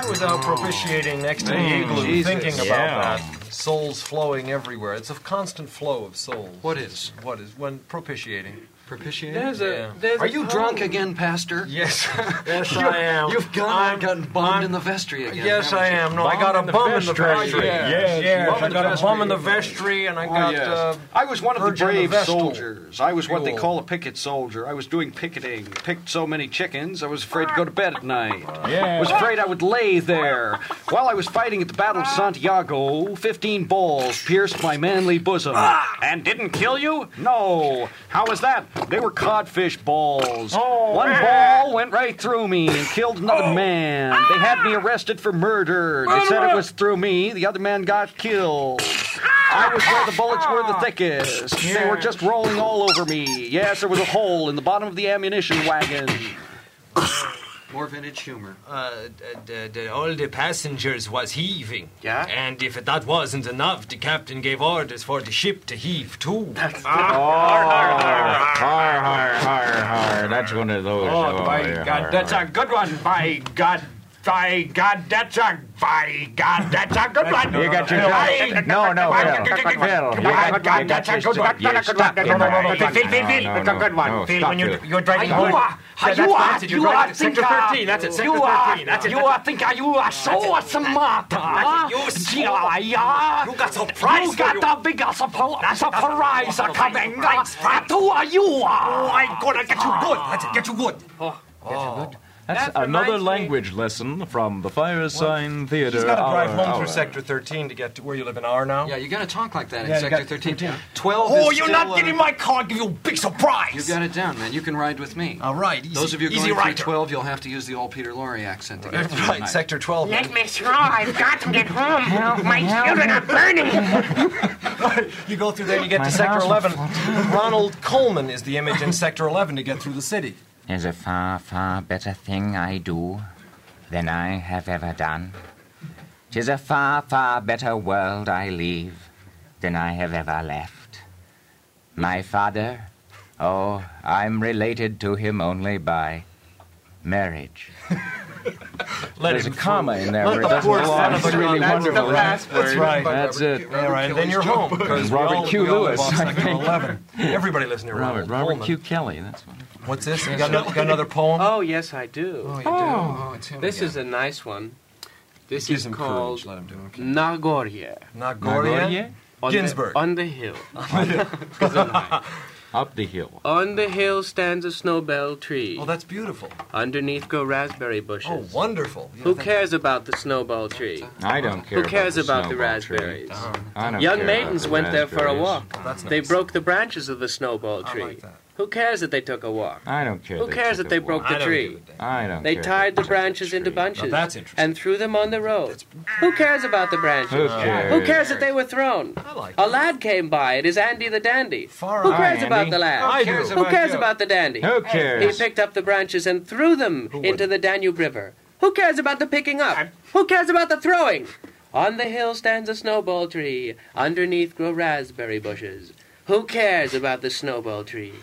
I was out propitiating next to the igloo, Jesus. thinking about Yeah. that. Souls flowing everywhere. It's a constant flow of souls. What is? What is when propitiating? Propitiating? There's Yeah. a. There's Are a you poem. drunk again, Pastor? Yes, Yes, I am. You've gone, I'm- and gotten bombed I'm- in the vestry again. yes, I haven't am. you? No, I got Bum in a the bum in the vestry. vestry. Yes, yes, bum in I the got a vestry. bum in the vestry, and I Oh, got. yes. Uh, I was one of the Virgin of brave Vestal. soldiers. I was what they Mule. call a picket soldier. I was doing picketing. Picked so many chickens, I was afraid to go to bed at night. Yeah. Was afraid I would lay there. While I was fighting at the Battle of Santiago, 15 balls pierced my manly bosom. And didn't kill you? No. How was that? They were codfish balls. Oh, One man. ball went right through me and killed another man. They had me arrested for murder. They said it was through me. The other man got killed. I was where the bullets were the thickest. They were just rolling all over me. Yes, there was a hole in the bottom of the ammunition wagon. More vintage humor. uh, the, the, all the passengers was heaving. Yeah? And if that wasn't enough, the captain gave orders for the ship to heave too. Har, har, har, har. That's one of those. Oh, by yeah, har, God, that's har. a good one. By God, by God, that's a by God, that's a good one. You got your By- No, no, by- Phil. Phil, you By got- you God, got that's a your good one. stuff. You're stuck in my- Phil, Phil, Phil, Phil, No, it's a no, good no, one. Phil, stop when you it. you're driving You home. are- Yeah, you that's are- it. you You're right. are Sector thinker. 13. That's it. Sector You are- 13. That's it. You are thinker. You are so a smarter. You so- Yeah, yeah. You got surprise You got for you. the bigger surpri- surprise surprise, coming. surprise, surprise. That's who are you are. I'm gonna get you good. That's it, get you good. That's That reminds another me- language lesson from the Firesign Theater. He's got to drive Hour, home hour. through Sector 13 to get to where you live an hour now. Yeah, you gotta talk like that in Yeah, you Sector got- 13. 13. 12 Oh, is you're still, not uh, getting my car. Give you a big surprise. You got it down, man. You can ride with me. All right, easy, Those of you Oh, easy going through rider. 12, you'll have to use the old Peter Lorre accent. to get That's through right, tonight. Sector 12. Let me through. I've got to get home. My children are burning. You go through there, you get to Sector 11. Ronald Coleman is the image in Sector 11 to get through the city. There's a far, far better thing I do than I have ever done. 'Tis a far, far better world I leave than I have ever left. My father, oh, I'm related to him only by marriage. Let There's a him comma in there where it Of doesn't course, belong. that's It's really that's wonderful. The last word. right. That's it. All right, then you're home. because we Robert all- Q. we all Lewis, live off I Sector 11. Everybody lives near Robert, Ronald Robert Coleman. Q. Kelly. That's one. What's this? You got, another, got another poem? Oh yes, I do. Oh, it's him This again. is a nice one. This Gives is him called courage. Let him do it. Nagoria. Nagoria? On Ginsburg. The, on the hill. Up the hill. On the hill stands a snowbell tree. Oh, that's beautiful. Underneath go raspberry bushes. Oh, wonderful. Yeah, Who that- cares about the snowball tree? I don't care. Who cares about the snowball tree. raspberries? I don't Young care maidens about the went there for a raspberries. walk. That's nice. They broke the branches of the snowball I tree. like that. Who cares that they took a walk? I don't care. Who cares that took a they walk. broke I the don't tree? give a damn. I don't. They care tied the took branches into tree. bunches that's interesting. and threw them on the road. Who cares about the branches? Who cares? Who cares that they were thrown? I like A that. lad came by. It is Andy the dandy. Far Who out. cares Hi, about Andy. the lad? I do. Who cares about the dandy? Who He cares? picked up the branches and threw them into the Danube River. Who cares about the picking up? Who cares about the throwing? On the hill stands a snowball tree. Underneath grow raspberry bushes. Who cares about the snowball tree?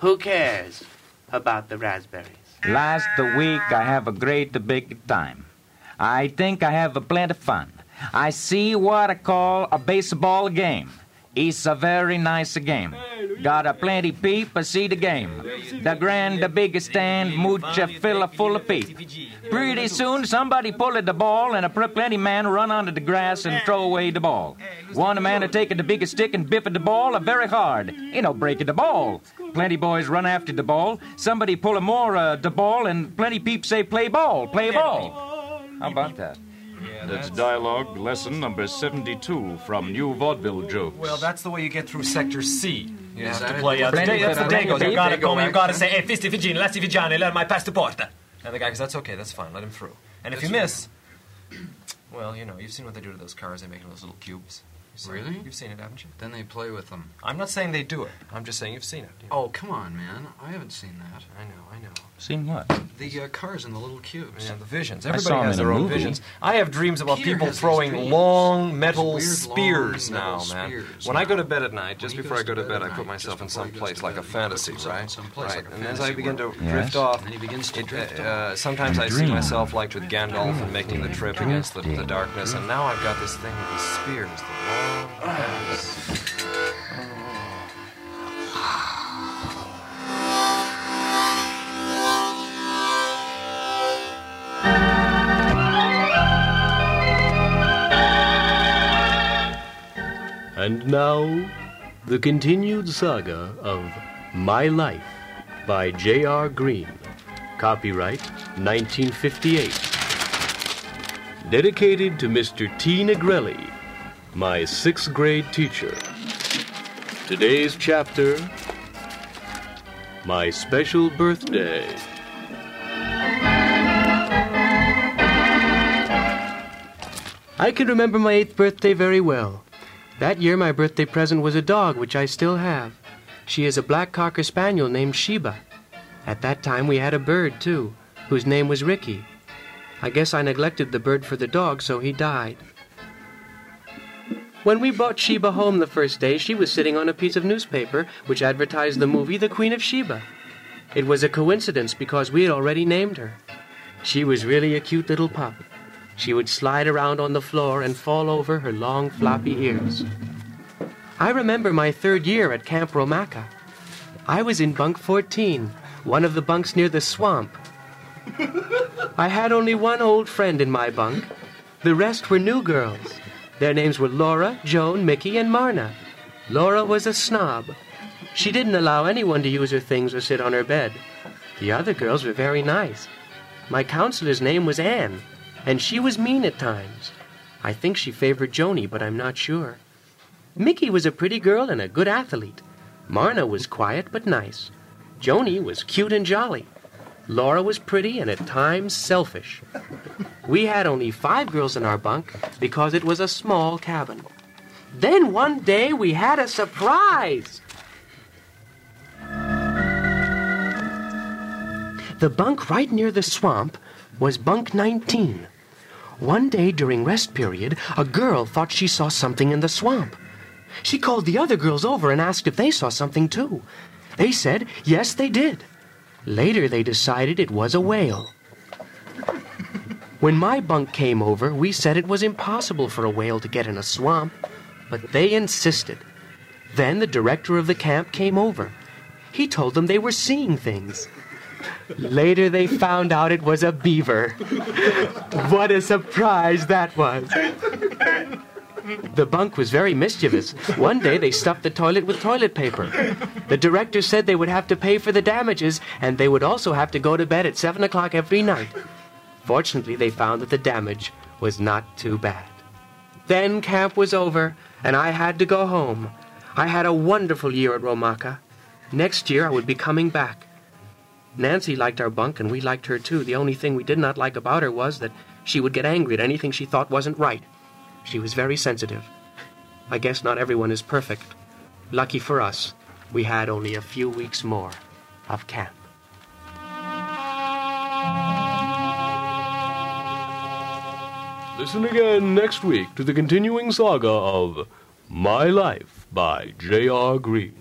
Who cares about the raspberries? Last the week I have a great big time. I think I have a plenty fun. I see what I call a baseball game. It's a very nice game. Got a plenty peep, I see the game. The grand, the biggest stand, mucha filla full of peep. Pretty soon somebody pulled the ball and a plenty man run onto the grass and throw away the ball. One man had taken the biggest stick and biffed the ball a very hard. You know, breaking the ball. Plenty boys run after the ball. Somebody pull a more uh, the ball and plenty peeps say play ball, play ball. How about that? That's dialogue lesson number 72 from New Vaudeville Jokes. Well, that's the way you get through Sector C. You have that to it? play. Uh, the Brand day, new that's the Brand Dago. new You gotta Dago go. You gotta accent. say, "Hey, fisti vigini, lasti vigini, learn my passaporta." And the guy goes, "That's okay. That's fine. Let him through." And if you miss, well, you know, you've seen what they do to those cars. They make them those little cubes. seen Really? It. You've seen it, haven't you? Then they play with them. I'm not saying they do it. I'm just saying you've seen it. Oh, come on, man. I haven't seen that. I know, I know. Seen what? The uh, cars in the little cubes. Yeah, the visions. I saw Everybody 'em has in a their own movie. visions. I have dreams about Peter people has these throwing dreams. long metal These weird, spears long now, metal man. spears when I now. go to bed at night, just When he before I goes go to to bed bed, at I put night, just myself in before some he goes place to like bed, he a puts fantasy, himself in right? some place right. like a and as fantasy I begin to world. drift Yes. off, And then he begins to it, drift uh, uh, sometimes I see Dream. myself like with Gandalf and making the trip against the, the darkness, and now I've got this thing with the spears, the long. And now, the continued saga of My Life by J.R. Green, copyright 1958. Dedicated to Mr. T. Negrelli, my sixth grade teacher. Today's chapter My Special Birthday. I can remember my eighth birthday very well. That year, my birthday present was a dog, which I still have. She is a black cocker spaniel named Sheba. At that time, we had a bird, too, whose name was Ricky. I guess I neglected the bird for the dog, so he died. When we brought Sheba home the first day, she was sitting on a piece of newspaper which advertised the movie The Queen of Sheba. It was a coincidence because we had already named her. She was really a cute little pup. She would slide around on the floor and fall over her long floppy ears. I remember my third year at Camp Romaca. I was in bunk 14, one of the bunks near the swamp. I had only one old friend in my bunk. The rest were new girls. Their names were Laura, Joan, Mickey, and Marna. Laura was a snob. She didn't allow anyone to use her things or sit on her bed. The other girls were very nice. My counselor's name was Anne, and she was mean at times. I think she favored Joni, but I'm not sure. Mickey was a pretty girl and a good athlete. Marna was quiet but nice. Joni was cute and jolly. Laura was pretty and at times selfish. We had only five girls in our bunk because it was a small cabin. Then one day we had a surprise. The bunk right near the swamp was bunk 19. One day during rest period, a girl thought she saw something in the swamp. She called the other girls over and asked if they saw something too. They said yes, they did. Later, they decided it was a whale. When my bunk came over, we said it was impossible for a whale to get in a swamp, but they insisted. Then the director of the camp came over. He told them they were seeing things. Later, they found out it was a beaver. what a surprise that was! The bunk was very mischievous. One day, they stuffed the toilet with toilet paper. The director said they would have to pay for the damages, and they would also have to go to bed at 7 o'clock every night. Fortunately, they found that the damage was not too bad. Then camp was over, and I had to go home. I had a wonderful year at Romaca. Next year, I would be coming back. Nancy liked our bunk and we liked her too. The only thing we did not like about her was that she would get angry at anything she thought wasn't right. She was very sensitive. I guess not everyone is perfect. Lucky for us, we had only a few weeks more of camp. Listen again next week to the continuing saga of My Life by J.R. Green.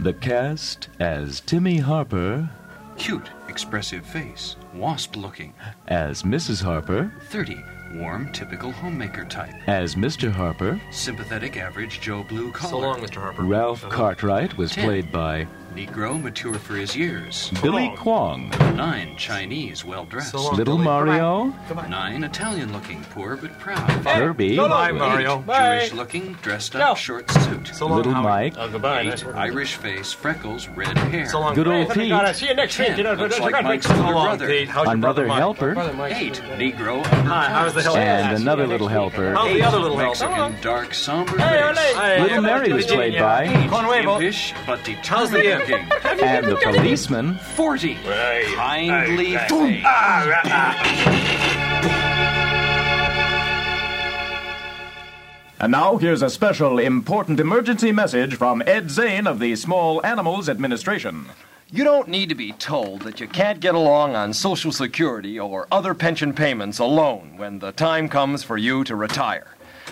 The cast as Timmy Harper, Cute, expressive face. Wasp looking. as Mrs. Harper, 30. Warm, typical homemaker type. As Mr. Harper, Sympathetic, average Joe Blue collar. So long, Mr. Harper. Ralph Cartwright was Ten. played by Negro, mature for his years. Billy Kwong, Nine, Chinese, well dressed. Mm-hmm. So long, Little Billy. Mario. Nine, Italian looking, poor but proud. Kirby, Go long, Eight, Mario. Bye. Jewish looking, dressed up, short suit. So long, Little Howard. Oh, Mike. Eight, Irish face, freckles, red hair. So long, Good Pete. old Pete. Ten, See you next week. You know, Looks you like got Mike's me. So older long, brother. Pete. How's your Another brother, Mike? helper. Brother Eight, Negro. how's the helper? And Eight, another little helper. Eight, How's the other little Mexican, helper? dark, somber Hey, face. ole. Little Mary was played by- Eight, Con huevo. impish, but How's the determined looking. and the policeman. 40. Kindly Hey, hey. face. And now, here's a special important emergency message from Ed Zane of the Small Animals Administration. You don't need to be told that you can't get along on Social Security or other pension payments alone when the time comes for you to retire.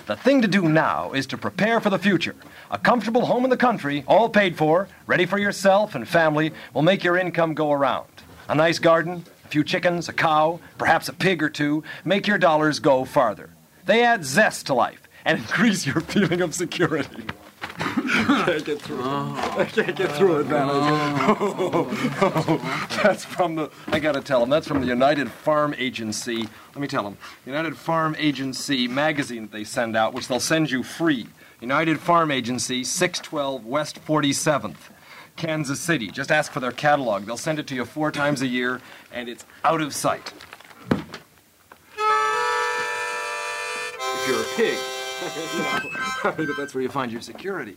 The thing to do now is to prepare for the future. A comfortable home in the country, all paid for, ready for yourself and family, will make your income go around. A nice garden, a few chickens, a cow, perhaps a pig or two, make your dollars go farther. They add zest to life and increase your feeling of security. can't get through it. I can't get through it, man. that's from the. I gotta tell him. That's from the United Farm Agency. Let me tell him. United Farm Agency magazine that they send out, which they'll send you free. United Farm Agency, 612 West 47th, Kansas City. Just ask for their catalog. They'll send it to you four times a year, and it's out of sight. If you're a pig, you know, I mean, that's where you find your security.